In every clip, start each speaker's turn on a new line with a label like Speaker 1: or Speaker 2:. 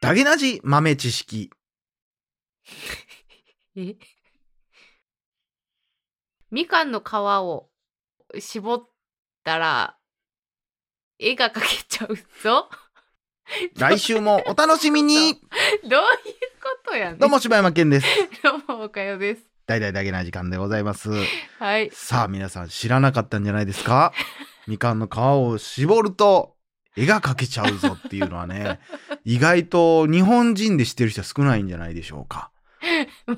Speaker 1: ダゲナジ豆知識。
Speaker 2: えみかんの皮を絞ったら絵が描けちゃうぞ
Speaker 1: 来週もお楽しみに
Speaker 2: どういうことやねん
Speaker 1: どうも柴山健です。
Speaker 2: どうもおかよです
Speaker 1: 大々ダゲな時間でございます。
Speaker 2: はい
Speaker 1: さあ皆さん知らなかったんじゃないですかみかんの皮を絞ると絵が描けちゃうぞっていうのはね、意外と日本人で知ってる人は少ないんじゃないでしょうか。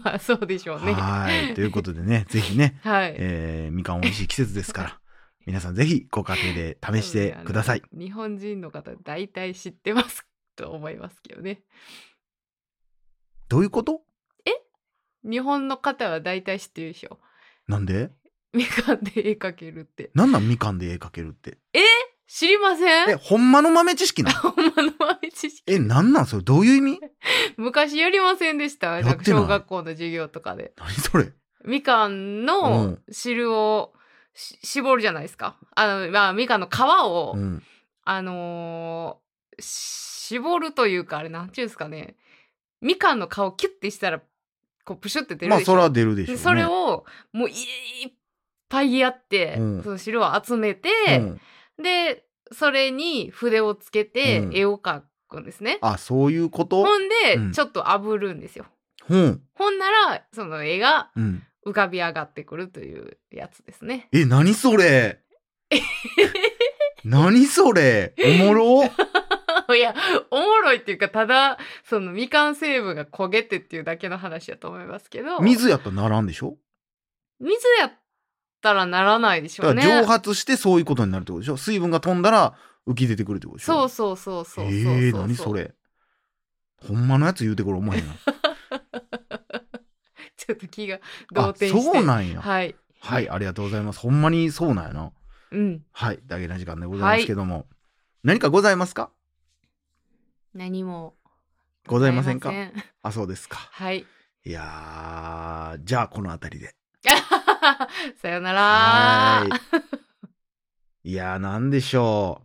Speaker 2: まあそうでしょうね
Speaker 1: はい。ということでね、ぜひね、
Speaker 2: はい
Speaker 1: えーみかん美味しい季節ですから、皆さんぜひご家庭で試してください。
Speaker 2: うんあの日本人の方大体知ってますと思いますけどね
Speaker 1: どういうこと
Speaker 2: 日本の方は大体知ってるでしょ
Speaker 1: なんで
Speaker 2: みかんで絵描けるって
Speaker 1: なんなんみかんで絵描けるって。
Speaker 2: 知りません
Speaker 1: え、ほんまの豆知識なの
Speaker 2: ほんまの豆知識
Speaker 1: え、なんなんそれどういう意 味
Speaker 2: 昔やりませんでした
Speaker 1: ってない
Speaker 2: なんか小学校の授業とかで
Speaker 1: 何それ
Speaker 2: みかん
Speaker 1: う
Speaker 2: の
Speaker 1: ん
Speaker 2: 汁をし絞るじゃないですかあの、まあ、みかんの皮を、
Speaker 1: うん。
Speaker 2: あのーし絞るというかあれなんていうんですかねみかんの皮をキュッてしたらこうプシュって出る
Speaker 1: まあ
Speaker 2: でしょ、
Speaker 1: そら出るでしょうね。
Speaker 2: でそれをもういいっぱいやって、
Speaker 1: うん
Speaker 2: その汁を集めて、
Speaker 1: うん
Speaker 2: でそれに筆をつけて
Speaker 1: うん
Speaker 2: 絵を描くんですね、
Speaker 1: あ、そういうこと
Speaker 2: ほんで、
Speaker 1: うん
Speaker 2: ちょっと炙るんですよ
Speaker 1: うん。
Speaker 2: ほんならその絵が
Speaker 1: うん。
Speaker 2: 浮かび上がってくるというやつですね。
Speaker 1: え、何そ れ何それおもろ
Speaker 2: いやおもろいっていうかただそのみかん成分が焦げてっていうだけの話だと思いますけど
Speaker 1: 水やったらならんでしょ
Speaker 2: 水やったらならないでしょ
Speaker 1: だ
Speaker 2: う
Speaker 1: か
Speaker 2: ね。
Speaker 1: ら蒸発してそういうことになるってことでしょ水分が飛んだら浮き出てくるってことでし
Speaker 2: そ
Speaker 1: ょ
Speaker 2: うそうそうそうそうそう。
Speaker 1: ええー、何それほんまのやつ言うてこれ思えへ んな。
Speaker 2: ちょっと気が動
Speaker 1: あ、
Speaker 2: 転して
Speaker 1: そうなんや。
Speaker 2: はい。
Speaker 1: はい、ありがとうございます。ほんまにそうなんやな。
Speaker 2: うん。
Speaker 1: はい、だけな時間でございますけども。何かございますか
Speaker 2: 何も
Speaker 1: ございませんか
Speaker 2: ございません
Speaker 1: あ、そうですか。
Speaker 2: はい。
Speaker 1: いやー、じゃあこの辺りで。
Speaker 2: さよな
Speaker 1: は
Speaker 2: ら。
Speaker 1: ー い。いやー、なんでしょ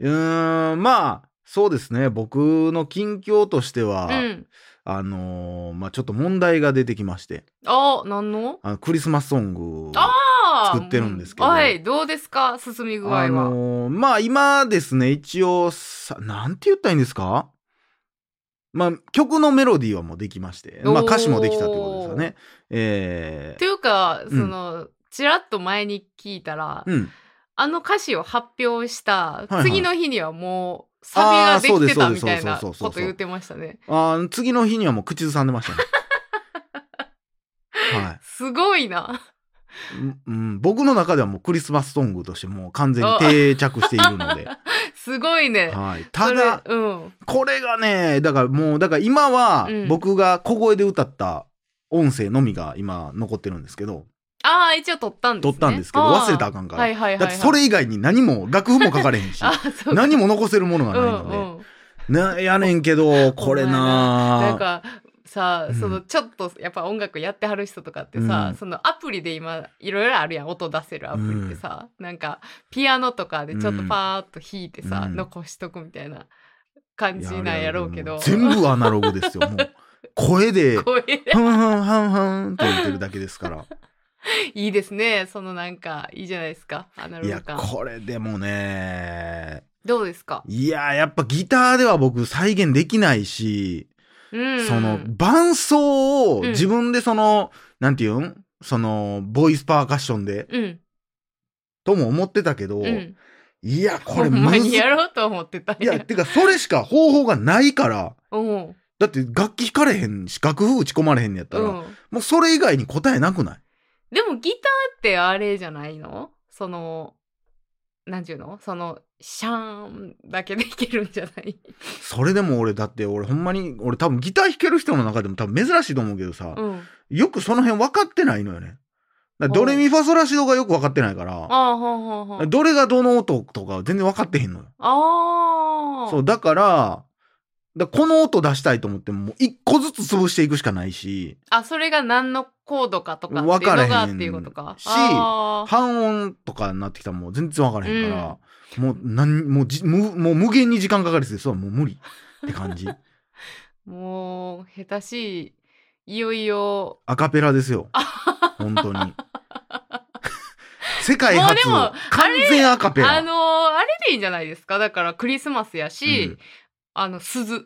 Speaker 1: う。うーん、まあ、そうですね。僕の近況としては、
Speaker 2: うん。
Speaker 1: あのーまあちょっと問題が出てきまして、
Speaker 2: あ、何の？
Speaker 1: あのクリスマスソング。
Speaker 2: あー
Speaker 1: 作ってるんですけど
Speaker 2: うはい。どうですか進み具合は。
Speaker 1: あのーまあ今ですね一応さなんて言ったらいいんですかまあ曲のメロディーはもうできまして、まあ、
Speaker 2: おー
Speaker 1: 歌詞もできたってことですよね。え
Speaker 2: というか、
Speaker 1: ん
Speaker 2: そのちらっと前に聞いたら、
Speaker 1: ー、うん。
Speaker 2: あの歌詞を発表した、
Speaker 1: いはい
Speaker 2: 次の日にはもうサビができて
Speaker 1: あ
Speaker 2: た
Speaker 1: ー
Speaker 2: みたいな
Speaker 1: そう
Speaker 2: こ
Speaker 1: ですそうですそうですそうそう
Speaker 2: と言ってましたね。
Speaker 1: あー次の日にはもう口ずさんでました ね。はい
Speaker 2: すごいな。
Speaker 1: うんうん、僕の中ではもうクリスマスソングとしてもう完全に定着している ので、
Speaker 2: すごいね。
Speaker 1: はい、
Speaker 2: そ
Speaker 1: た
Speaker 2: れ
Speaker 1: だ
Speaker 2: うん、
Speaker 1: これがねだからもうだから今は
Speaker 2: うん
Speaker 1: 僕が小声で歌った音声のみが今残ってるんですけど、
Speaker 2: ああ一応撮ったんです、ね。
Speaker 1: 撮ったんですけど
Speaker 2: あー
Speaker 1: 忘れたらあかんから
Speaker 2: はいはいはい
Speaker 1: だ
Speaker 2: はい、
Speaker 1: ってそれ以外に何も楽譜も書かれへんし
Speaker 2: あーそう
Speaker 1: 何も残せるものがないので、
Speaker 2: うんうん、
Speaker 1: なやねんけどこれ
Speaker 2: なん
Speaker 1: な
Speaker 2: かさ
Speaker 1: うん
Speaker 2: そのちょっとやっぱ音楽やってはる人とかってさ、
Speaker 1: うん
Speaker 2: そのアプリで今いろいろあるやん音出せるアプリってさ、なんかピアノとかでちょっとパーッと弾いてさ、
Speaker 1: うん
Speaker 2: 残しとくみたいな感
Speaker 1: い
Speaker 2: じ
Speaker 1: や
Speaker 2: なんやろうけど
Speaker 1: も全部アナログですよも う声で「
Speaker 2: これで
Speaker 1: ハンハンハンハン」って言ってるだけですから
Speaker 2: いいですねそのなんかいいじゃないですかアナロ
Speaker 1: い
Speaker 2: グ
Speaker 1: や
Speaker 2: 感
Speaker 1: これでもね
Speaker 2: どうですか、
Speaker 1: いややっぱギターでは僕再現できないし
Speaker 2: うん、
Speaker 1: その伴奏を
Speaker 2: うん
Speaker 1: 自分でその、なんていうんそのボイスパーカッションで
Speaker 2: うん
Speaker 1: とも思ってたけど、
Speaker 2: うん
Speaker 1: いやこ
Speaker 2: ほ
Speaker 1: れ
Speaker 2: んま
Speaker 1: むず
Speaker 2: に
Speaker 1: い
Speaker 2: やろうと思ってたん
Speaker 1: やてかそれしか方法がないから
Speaker 2: うん
Speaker 1: だって楽器弾かれへんし楽譜打ち込まれへんのやった
Speaker 2: う
Speaker 1: ら、
Speaker 2: ん
Speaker 1: もうそれ以外に答えなくない
Speaker 2: でもギターってあれじゃないのそのなんていうのそのシャーンだけでいけるんじゃない
Speaker 1: それでも俺だって俺ほんまに俺多分ギター弾ける人の中でも多分珍しいと思うけどさ、
Speaker 2: うん。
Speaker 1: よくその辺分かってないのよねだからドレミファソラシドがよく分かってないから
Speaker 2: ああほんほんほん。
Speaker 1: どれがどの音とか全然分かってへんのよ
Speaker 2: ああ。
Speaker 1: そう。だからだからこの音出したいと思ってももう一個ずつ潰していくしかないし
Speaker 2: あそれが何のコードかとか
Speaker 1: わ
Speaker 2: ってい
Speaker 1: か
Speaker 2: う
Speaker 1: らへ
Speaker 2: の
Speaker 1: ん
Speaker 2: がっていうことか。
Speaker 1: し
Speaker 2: あー
Speaker 1: 半音とかになってきたらもう全然分からへんから、もう何もうじ無もう無限に時間かかりそうですわもう無理って感じ
Speaker 2: もう下手しいいよいよ
Speaker 1: アカペラですよ。本当に。 世界
Speaker 2: もう
Speaker 1: 初
Speaker 2: でも
Speaker 1: 完全アカペラ。
Speaker 2: あのーあれでいいんじゃないですかだからクリスマスやし、
Speaker 1: うん
Speaker 2: あの鈴
Speaker 1: い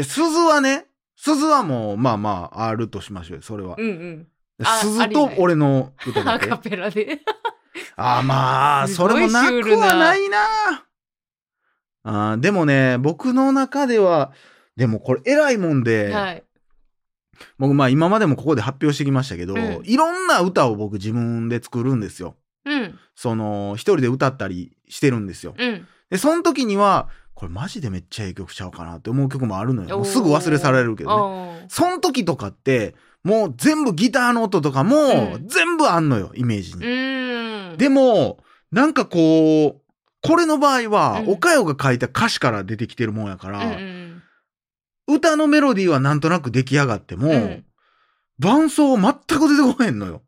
Speaker 1: や、鈴はね、鈴はもう、まあまあ、あるとしましょうよ、それは
Speaker 2: う。んうんああ
Speaker 1: 鈴
Speaker 2: りえ
Speaker 1: と
Speaker 2: ない
Speaker 1: 俺の歌
Speaker 2: ア
Speaker 1: だけ。
Speaker 2: カ
Speaker 1: あ
Speaker 2: ペラで
Speaker 1: あー、まあ、
Speaker 2: す
Speaker 1: そ
Speaker 2: ごい
Speaker 1: れもな
Speaker 2: シュー
Speaker 1: く
Speaker 2: ルな
Speaker 1: はないな。あーでもね、僕の中では、でもこれ偉いもんで、
Speaker 2: はい
Speaker 1: 僕まあ今までもここで発表してきましたけど、
Speaker 2: うん
Speaker 1: いろんな歌を僕自分で作るんですよ。
Speaker 2: うん
Speaker 1: その、一人で歌ったりしてるんですよ。
Speaker 2: うん
Speaker 1: で、その時には、これマジでめっちゃええ曲ちゃうかなって思う曲もあるのよ。もうすぐ忘れ去られるけどね。
Speaker 2: ど
Speaker 1: その時とかって、もう全部ギターの音とかも
Speaker 2: うん
Speaker 1: 全部あんのよ、イメージ
Speaker 2: う
Speaker 1: に。
Speaker 2: ーん
Speaker 1: でも、なんかこう、これの場合は、
Speaker 2: うん
Speaker 1: おかよが書いた歌詞から出てきてるもんやか
Speaker 2: うん
Speaker 1: ら、
Speaker 2: うん
Speaker 1: 歌のメロディーはなんとなく出来上がっても、
Speaker 2: うん
Speaker 1: 伴奏全く出てこへんのよ。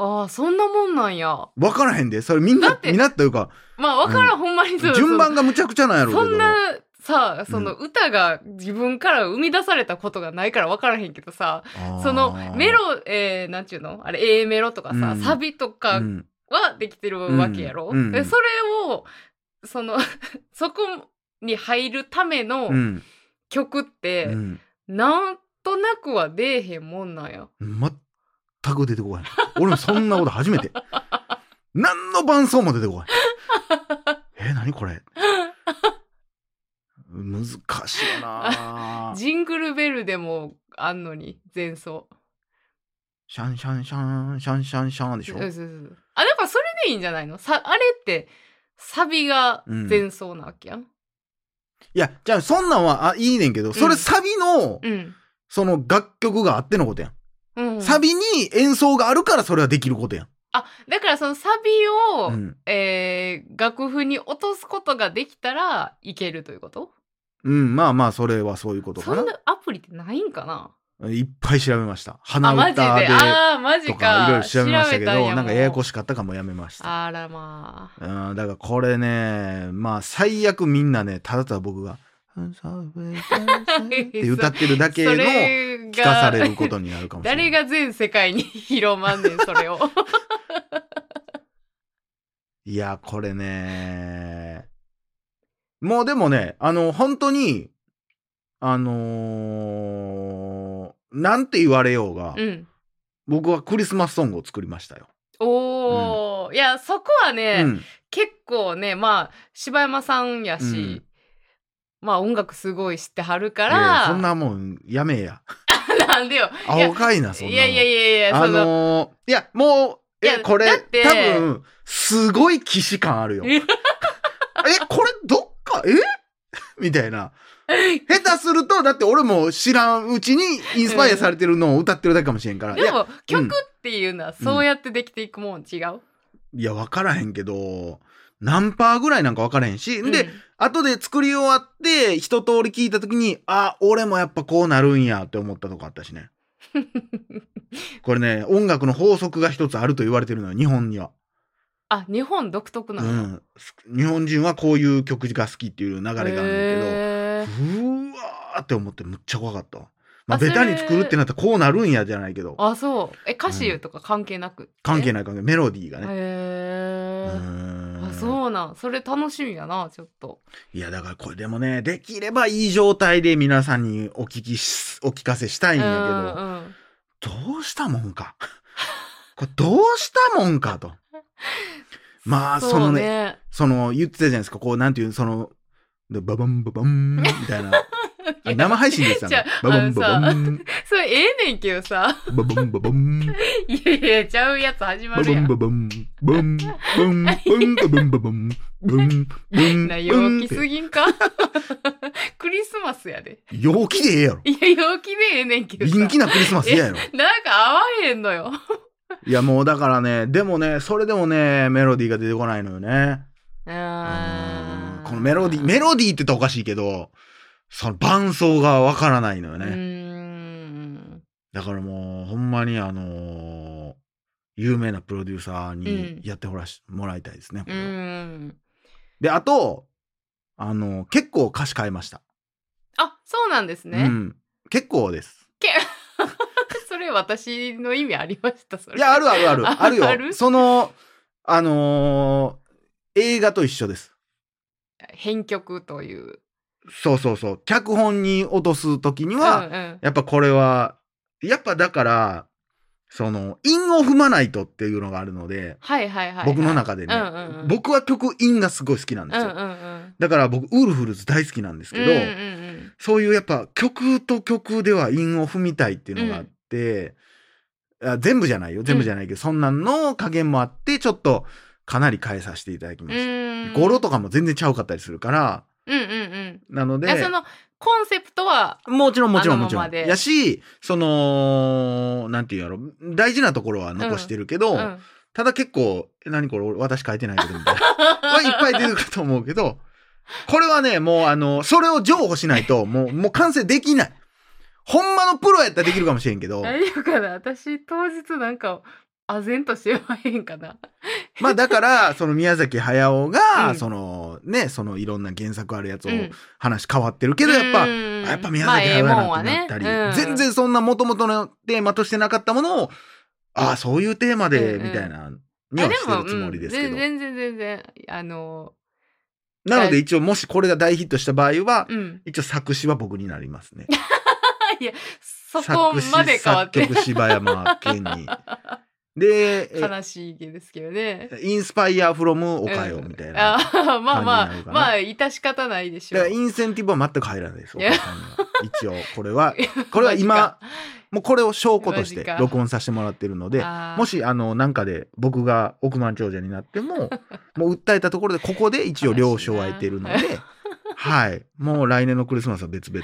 Speaker 2: ああそんなもんなんや
Speaker 1: わからへんで。それみん
Speaker 2: だ
Speaker 1: な
Speaker 2: っ、て
Speaker 1: みんなというか、
Speaker 2: まあわからん、ほんまにそうそう
Speaker 1: 順番がむちゃくちゃなんやろうけ
Speaker 2: そ
Speaker 1: ど。
Speaker 2: んなさその歌が自分から生み出されたことがないから分からへんけどさ、
Speaker 1: あー
Speaker 2: そのメロ、えー、なんちゅうのあれ A メロとかさ、
Speaker 1: うん
Speaker 2: サビとか
Speaker 1: うん
Speaker 2: はできてるわけやろ、
Speaker 1: うんうん
Speaker 2: でそれをその そこに入るための
Speaker 1: うん
Speaker 2: 曲って、
Speaker 1: うん
Speaker 2: なんとなくは出えへんもんなんや。
Speaker 1: 全く出てこない。俺もそんなこと初 めて。何の伴奏も出てこない。え、何これ。難しいよ な。
Speaker 2: ジングルベルでもあんのに前奏。
Speaker 1: シャンシャンシャンシャンシャンシャンでしょ
Speaker 2: そう。そうそうあだからそれでいいんじゃないのさあれってサビが前奏なわけやん。
Speaker 1: いや、じゃあそんなんはあいいねんけど、それサビの、
Speaker 2: うん。
Speaker 1: その楽曲があってのことやん。
Speaker 2: うん、
Speaker 1: サビに演奏があるからそれはできることやん。
Speaker 2: あだからそのサビを、
Speaker 1: うん
Speaker 2: えー楽譜に落とすことができたらいけるということ
Speaker 1: うん、まあまあ、それはそういうこと
Speaker 2: そ
Speaker 1: か
Speaker 2: ん
Speaker 1: な。
Speaker 2: なアプリってないんかない
Speaker 1: っぱい調べました。
Speaker 2: あマ
Speaker 1: 鼻
Speaker 2: ジで
Speaker 1: 歌で
Speaker 2: あーマジ
Speaker 1: と
Speaker 2: か
Speaker 1: か、いろいろ調べましたけ
Speaker 2: 調べたん
Speaker 1: ど、
Speaker 2: や
Speaker 1: なんかやや
Speaker 2: も
Speaker 1: こ
Speaker 2: う
Speaker 1: しかったかもやめました。
Speaker 2: あらまあ
Speaker 1: うん、だからこれね、まあ最悪みんなね、ただただ僕が、って歌ってるだけの聞
Speaker 2: それが
Speaker 1: かされることになるかもしれな
Speaker 2: 誰
Speaker 1: い。
Speaker 2: が全世界に広まんねんそれを
Speaker 1: いや、これね、もうでもね、あの、本当に、あのーなんて言われ ようが、
Speaker 2: うん
Speaker 1: 僕はクリスマスソングを作りましたよ。
Speaker 2: おー、いやそこはね、
Speaker 1: うん
Speaker 2: 結構ねまあ柴山さんやし、まあ音楽すごい知ってはるか
Speaker 1: いやいや
Speaker 2: ら
Speaker 1: そんなもんやめえや。
Speaker 2: なんでよ。いや
Speaker 1: 青かいな、そんなもん。
Speaker 2: いやいやいやいや、
Speaker 1: あ
Speaker 2: その、
Speaker 1: のーいや、もう、
Speaker 2: い
Speaker 1: え、
Speaker 2: や
Speaker 1: これ、多
Speaker 2: だって
Speaker 1: 分、すごい既視感あるよ。
Speaker 2: い
Speaker 1: え
Speaker 2: や、
Speaker 1: これ、どっか、え みたいな。下手すると、だって俺も知らんうちにインスパイアされてるのを歌ってるだけかもしれんから。い
Speaker 2: で
Speaker 1: や、
Speaker 2: も曲っていうのはそうやってできていくもん違う。
Speaker 1: いや、わからへんけど、何パーぐらいなんかわからへんし、で、
Speaker 2: うん、
Speaker 1: 後で作り終わって、一通り聞いた時に、あ、俺もやっぱこうなるんやって思ったとこあったし ね。これね、音楽の法則が一つあると言われてるのよ、日本には。
Speaker 2: あ、日本独特な
Speaker 1: う
Speaker 2: の。
Speaker 1: ん、日本人はこういう曲が好きっていう流れがあるんだけ
Speaker 2: へ
Speaker 1: ど、
Speaker 2: ー
Speaker 1: うわーって思ってむっちゃ怖かったわ。まあ、
Speaker 2: あそ
Speaker 1: ベ
Speaker 2: れ
Speaker 1: タに作るってなったらこうなるんやじゃないけど、
Speaker 2: あ、そう。え、歌詞とか関係なく。
Speaker 1: 関係な
Speaker 2: な
Speaker 1: い関係ない、メロディーがね。う
Speaker 2: へー
Speaker 1: ーん
Speaker 2: あ、そうなん。それ楽しみやな、ちょっと。
Speaker 1: いやだからこれでもねできればいい状態で皆さんにお聞きしお聞かせしたいんや
Speaker 2: うんうん
Speaker 1: けど、どうしたもんか これどうしたもんかとま あその
Speaker 2: う
Speaker 1: ねその言ってたじゃないですかこうなんていうそのでババンババンみたいなあ生配信でした
Speaker 2: じゃ
Speaker 1: ね。
Speaker 2: あ
Speaker 1: ババンババ
Speaker 2: あ
Speaker 1: ン
Speaker 2: それええねんけどさ。
Speaker 1: ババンババン
Speaker 2: いやいや、ちゃうやつ始ま
Speaker 1: バ
Speaker 2: る
Speaker 1: バ
Speaker 2: や
Speaker 1: ン
Speaker 2: ん。
Speaker 1: ババンバンバンバンババンババンバンバン
Speaker 2: な、
Speaker 1: バ
Speaker 2: 陽
Speaker 1: ン
Speaker 2: 気すぎんか クリスマスやで。
Speaker 1: 陽気でええやろ
Speaker 2: いや、陽気でええねんけどさ。
Speaker 1: 臨気なクリスマス嫌やろ
Speaker 2: なんか合わへんのよ。
Speaker 1: いやもうだからねでもねそれでもねメロディーが出てこないのよねうんこのメロディーメロディーって言ったらおかしいけどその伴奏がわからないのよ
Speaker 2: デ
Speaker 1: ね、
Speaker 2: うーん。
Speaker 1: だからもうほんまにあのー有名なプロデューサーに
Speaker 2: うん
Speaker 1: やってほらし、もらいたいですね。これ
Speaker 2: う
Speaker 1: は
Speaker 2: ーん。
Speaker 1: で、あと、あの、結構歌詞変えました。
Speaker 2: あそうなんですね、
Speaker 1: うん、結構です。
Speaker 2: それ私の意味ありましたそれ
Speaker 1: いや、あるあるある。
Speaker 2: あ
Speaker 1: あるよ。
Speaker 2: ある
Speaker 1: その、あのー映画と一緒です。
Speaker 2: 編曲という
Speaker 1: そうそうそう。脚本に落とすときには、
Speaker 2: うんうん、
Speaker 1: やっぱこれは、やっぱだから、その、韻を踏まないとっていうのがあるので、
Speaker 2: はいはいはいはい、
Speaker 1: 僕の中でね、
Speaker 2: うんうんうん、
Speaker 1: 僕は曲韻がすごい好きなんですよ。
Speaker 2: うんうんうん
Speaker 1: だから僕、ウルフルズ大好きなんですけど、
Speaker 2: うんうんうん
Speaker 1: そういうやっぱ曲と曲では韻を踏みたいっていうのがあって、あ全部じゃないよ全部じゃないけど、そんなんの加減もあってちょっとかなり変えさせていただきま
Speaker 2: う
Speaker 1: し
Speaker 2: ーん
Speaker 1: た。語呂とかも全然ちゃうかったりするから
Speaker 2: うんうんうん
Speaker 1: なので
Speaker 2: いやそのコンセプトは
Speaker 1: もちろんもちろんもちろ
Speaker 2: あのまま
Speaker 1: ん。
Speaker 2: で
Speaker 1: やしそのなんていうんやろ大事なところは残してるけど、
Speaker 2: うん
Speaker 1: ただ結構「え何これ俺私書いてないけど」みたいなはいっぱい出てくると思うけどこれはねもうあのそれを譲歩しないともうもう完成できない。ほんまのプロやったらできるかもしれんけど。
Speaker 2: 大丈夫かな私当日なんか唖然としてまへんかな
Speaker 1: まあだから、その宮崎駿が、
Speaker 2: うん
Speaker 1: そのね、そのいろんな原作あるやつを
Speaker 2: うん
Speaker 1: 話変わってるけど、やっぱ、
Speaker 2: うん
Speaker 1: やっぱ宮崎駿やなってなったり、
Speaker 2: まあええもんはねうん
Speaker 1: 全然そんな元々のテーマとしてなかったものを、ああ、そういうテーマで、
Speaker 2: うん
Speaker 1: みたいな、にはしてるつもりですけ
Speaker 2: あ
Speaker 1: ど。
Speaker 2: もうん全然全然あの
Speaker 1: なので一応、もしこれが大ヒットした場合は、
Speaker 2: うん
Speaker 1: 一応作詞は僕になりますね。
Speaker 2: そこまで変わっ
Speaker 1: 作詞
Speaker 2: て
Speaker 1: 作曲柴山健 に。で、え
Speaker 2: 悲しい気ですけどね
Speaker 1: インスパイアフロムおかよみたいな。
Speaker 2: あーま
Speaker 1: 感じ
Speaker 2: あま
Speaker 1: になる
Speaker 2: あ
Speaker 1: かな
Speaker 2: まあ致し方ないでし
Speaker 1: だ
Speaker 2: ょ
Speaker 1: か
Speaker 2: う
Speaker 1: らインセンティブは全く入らないです。お
Speaker 2: いや
Speaker 1: 母さんには一応これはこれは今もうこれを証拠として
Speaker 2: マジか
Speaker 1: 録音させてもらってるのでも
Speaker 2: し
Speaker 1: しあのなんかで僕が億万長者になって ももう訴えたところでここで一応了承を得てるの
Speaker 2: 悲
Speaker 1: ではいもう来年のクリスマスは別々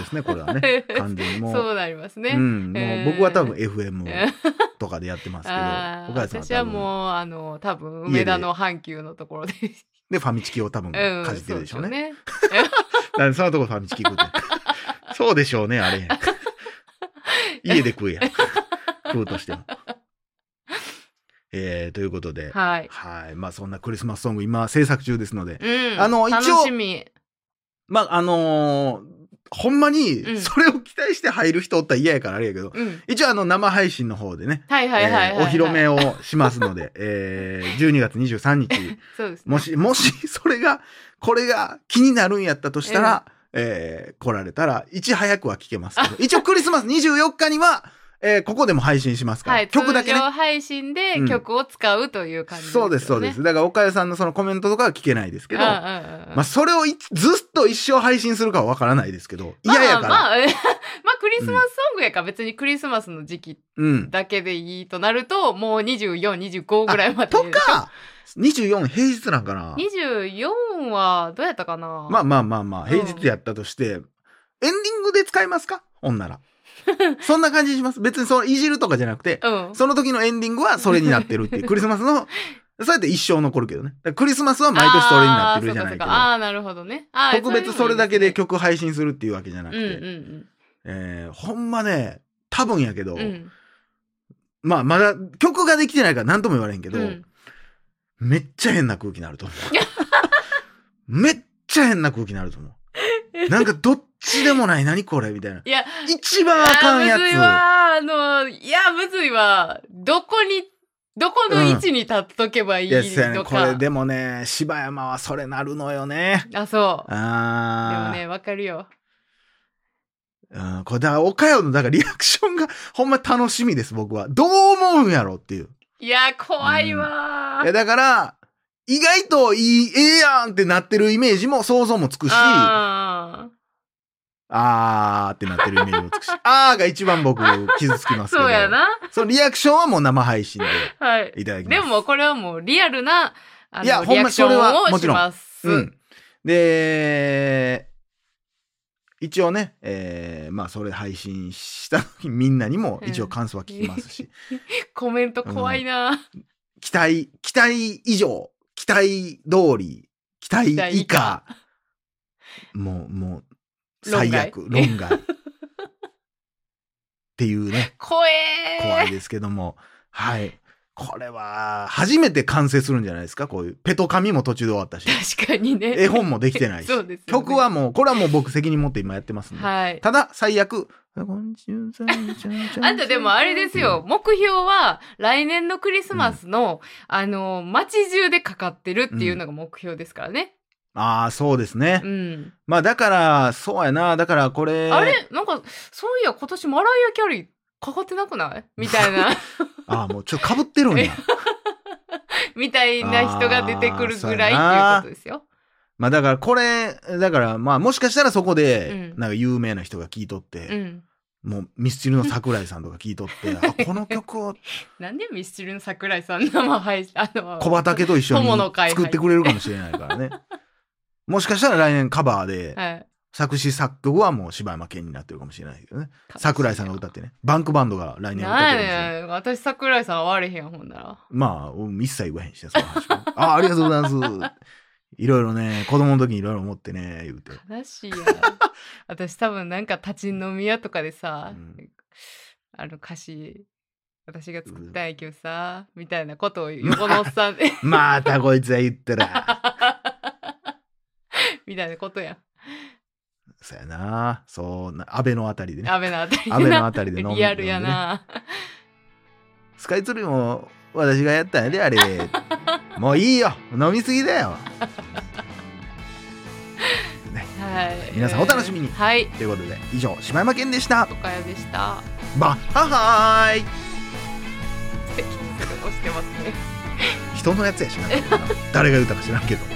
Speaker 1: ですねこれは ね完全にもう。
Speaker 2: そうなりますね、
Speaker 1: うん、も
Speaker 2: え
Speaker 1: う
Speaker 2: ー
Speaker 1: 僕は多分 FM とかでやってますけど、
Speaker 2: あー
Speaker 1: お母さん
Speaker 2: 私
Speaker 1: は多
Speaker 2: は
Speaker 1: 分
Speaker 2: もうあの多
Speaker 1: 家
Speaker 2: 分
Speaker 1: で
Speaker 2: 梅田の阪急のところで、
Speaker 1: でファミチキを多分
Speaker 2: うん、
Speaker 1: かじってるでしょうね。
Speaker 2: ね
Speaker 1: なんでそのとこファミチキ食 うてんそうでしょうね、あれ。家で食うやん。食うとしても。えー、ということで、はい、
Speaker 2: はい、
Speaker 1: まあそんなクリスマスソング今制作中ですので、
Speaker 2: うん、
Speaker 1: あの一応
Speaker 2: 楽しみ
Speaker 1: まああのーほんま
Speaker 2: う
Speaker 1: に
Speaker 2: ん
Speaker 1: それを期待して入る人おったら嫌やからあれやけど、
Speaker 2: うん
Speaker 1: 一応あの生配信の方でね、
Speaker 2: はいはいはいはい、
Speaker 1: えーお披露目
Speaker 2: を
Speaker 1: をしますので、えー、12月23日、
Speaker 2: そうですね
Speaker 1: も し、もし、それが、これが気になるんやったとしたら、えー来られたら、いち早くは聞けますけど、一応クリスマス24日には、えーここでも配信しますから、
Speaker 2: はい、
Speaker 1: 曲だけ
Speaker 2: 通
Speaker 1: ね。
Speaker 2: 常配信で曲を使うという感じです
Speaker 1: そ
Speaker 2: よね、
Speaker 1: うです、そうです。だから、岡谷さんのそのコメントとかは聞けないですけど、
Speaker 2: うんうん
Speaker 1: ま
Speaker 2: うん
Speaker 1: あ、それをいずっと一生配信するかはわからないですけど、嫌やから、
Speaker 2: まあまあ、まあクリスマスソングやから別にクリスマスの時期
Speaker 1: うん。
Speaker 2: だけでいいとなると、もう24、25ぐらいまで。
Speaker 1: とか、24平日なんかな。
Speaker 2: 24はどうやったかな
Speaker 1: まあ
Speaker 2: あ、
Speaker 1: まあまあまあ、平日やったとして、エンディングで使いますかほんなら。そんな感じにします。別にそのいじるとかじゃなくて、
Speaker 2: うん。
Speaker 1: その時のエンディングはそれになってるっ ていう。クリスマスの、そうやって一生残るけどね。だからクリスマスは毎年それになってるじゃないけど
Speaker 2: あーそうかそうか。あー、なるほどね。あー
Speaker 1: 特別それだけで
Speaker 2: そ
Speaker 1: 曲配信するっていうわけじゃなく
Speaker 2: れ
Speaker 1: て。
Speaker 2: もいいですねうん
Speaker 1: えーほんまね、多分やけど、
Speaker 2: うんうん。うん
Speaker 1: まあまだ曲ができてないから何とも言われへんけど、
Speaker 2: うん
Speaker 1: めっちゃ変な空気になると思う。 めっちゃ変な空気になると思 う。なんかどっちでもない、何これみたいな。
Speaker 2: いや、
Speaker 1: 一番あかんや
Speaker 2: あーむずい
Speaker 1: つ。
Speaker 2: わ。あの、いや、むずいわ。どこに、どこの位置に立っとけばいい
Speaker 1: いや、そうやね
Speaker 2: の
Speaker 1: こ
Speaker 2: か。
Speaker 1: れでもね、柴山はそれなるのよね。
Speaker 2: あ、そう。で
Speaker 1: あ
Speaker 2: も
Speaker 1: あ。
Speaker 2: ね、わかるよ。
Speaker 1: うん、これだから、おかよの、だからリアクションが、ほんま楽しみです、僕は。どう思うんやろっていう。
Speaker 2: いや、怖いわ
Speaker 1: いや、
Speaker 2: ー。
Speaker 1: だから、意外といい、ええやんってなってるイメージも想像もつくし、あ
Speaker 2: あ
Speaker 1: ーってなってるイメージもつくし、 あーが一番僕、傷つきま
Speaker 2: ー
Speaker 1: すけど。
Speaker 2: そうや。な。
Speaker 1: そのリアクションはもう生配信
Speaker 2: はい。
Speaker 1: でいただきます。
Speaker 2: でも、これはもうリアルな、あ
Speaker 1: いや
Speaker 2: の、
Speaker 1: ほんま
Speaker 2: リアクショ
Speaker 1: それは
Speaker 2: ン
Speaker 1: も
Speaker 2: を
Speaker 1: ち
Speaker 2: し
Speaker 1: ろん
Speaker 2: ます。
Speaker 1: うん。で、一応ね、えー、まあ、それ配信した時、みんなにも一応感想は聞きますし、
Speaker 2: コメント怖いな。
Speaker 1: 期待、期待以上、期待通り、期待以下。
Speaker 2: 期待以下
Speaker 1: もう、もう、
Speaker 2: 論外
Speaker 1: 最悪、論外。っていうね、
Speaker 2: 怖
Speaker 1: 怖
Speaker 2: え
Speaker 1: いですけども、はい。これは、初めて完成するんじゃないですかこういう。ペト紙も途中で終わ ったし。
Speaker 2: 確かにね
Speaker 1: 絵本もできてないし。
Speaker 2: そうですよね
Speaker 1: 曲はもう、これはもう僕責任持って今やってますんで。
Speaker 2: はい
Speaker 1: ただ、最悪。あ
Speaker 2: あ
Speaker 1: ん
Speaker 2: んたでもあれですよ、。目標は来年のクリスマスの、あの、街中でかかってるっていうのが目標ですからね。
Speaker 1: ああ、そうですね。
Speaker 2: うん。
Speaker 1: まあだから、そうやな。だからこれ、
Speaker 2: あれなんか、そういや今年マライア・キャリーかかってなくないみたいな、
Speaker 1: ああ、もうちょっと被ってるんや。
Speaker 2: みたいな人が出てくるぐらいっていうことですよ。
Speaker 1: まあだからこれ、だからまあもしかしたらそこで、
Speaker 2: うん
Speaker 1: なんか有名な人が聞いとっ
Speaker 2: う
Speaker 1: て、
Speaker 2: ん。
Speaker 1: もうミスチルの桜井さんとか聞いと って、あ、この曲を
Speaker 2: なんでミスチルの桜井さん生配信、あの、
Speaker 1: 小畑と一緒に
Speaker 2: 友の会
Speaker 1: 作ってくれるかもしれないからね。もしかしたら来年カバーで、
Speaker 2: はい。
Speaker 1: 作詞作曲はもう柴山健になってるかもしれないけどね。桜井さんが歌ってね。バンクバンドが来年歌ってる
Speaker 2: な
Speaker 1: かも
Speaker 2: ん
Speaker 1: しれない。
Speaker 2: やねん私桜井さん会われへんやんほんなら。
Speaker 1: まあ、うん一切言わへんしね、その話も あ、ありがとうございます。いろいろね、子供の時にいろいろ思ってね、言うて。
Speaker 2: 悲し いやん私多分なんか立ち飲み屋とかでさ、
Speaker 1: うん
Speaker 2: あの歌詞私が作ったんやけどさ、みたいなことを横のおっ さん
Speaker 1: またこいつは言って ら。
Speaker 2: みたいなことや
Speaker 1: そうやな。そうな、安倍のあたりで
Speaker 2: ん
Speaker 1: ね。
Speaker 2: 安倍のあたり
Speaker 1: 安倍のあたりで飲んで。
Speaker 2: リアルや
Speaker 1: 飲んでね。
Speaker 2: な、
Speaker 1: スカイツリーも私がやったんやで、あれ。 もういいよ。飲みすぎだよ。ね、
Speaker 2: はい
Speaker 1: 皆さんお楽しみに
Speaker 2: はい
Speaker 1: ということで、以上、柴山健でした。
Speaker 2: 岡谷でした
Speaker 1: バッハハーイ
Speaker 2: 素敵に過ごしてますね
Speaker 1: 人のやつやしな。誰が言うたか知らんけど。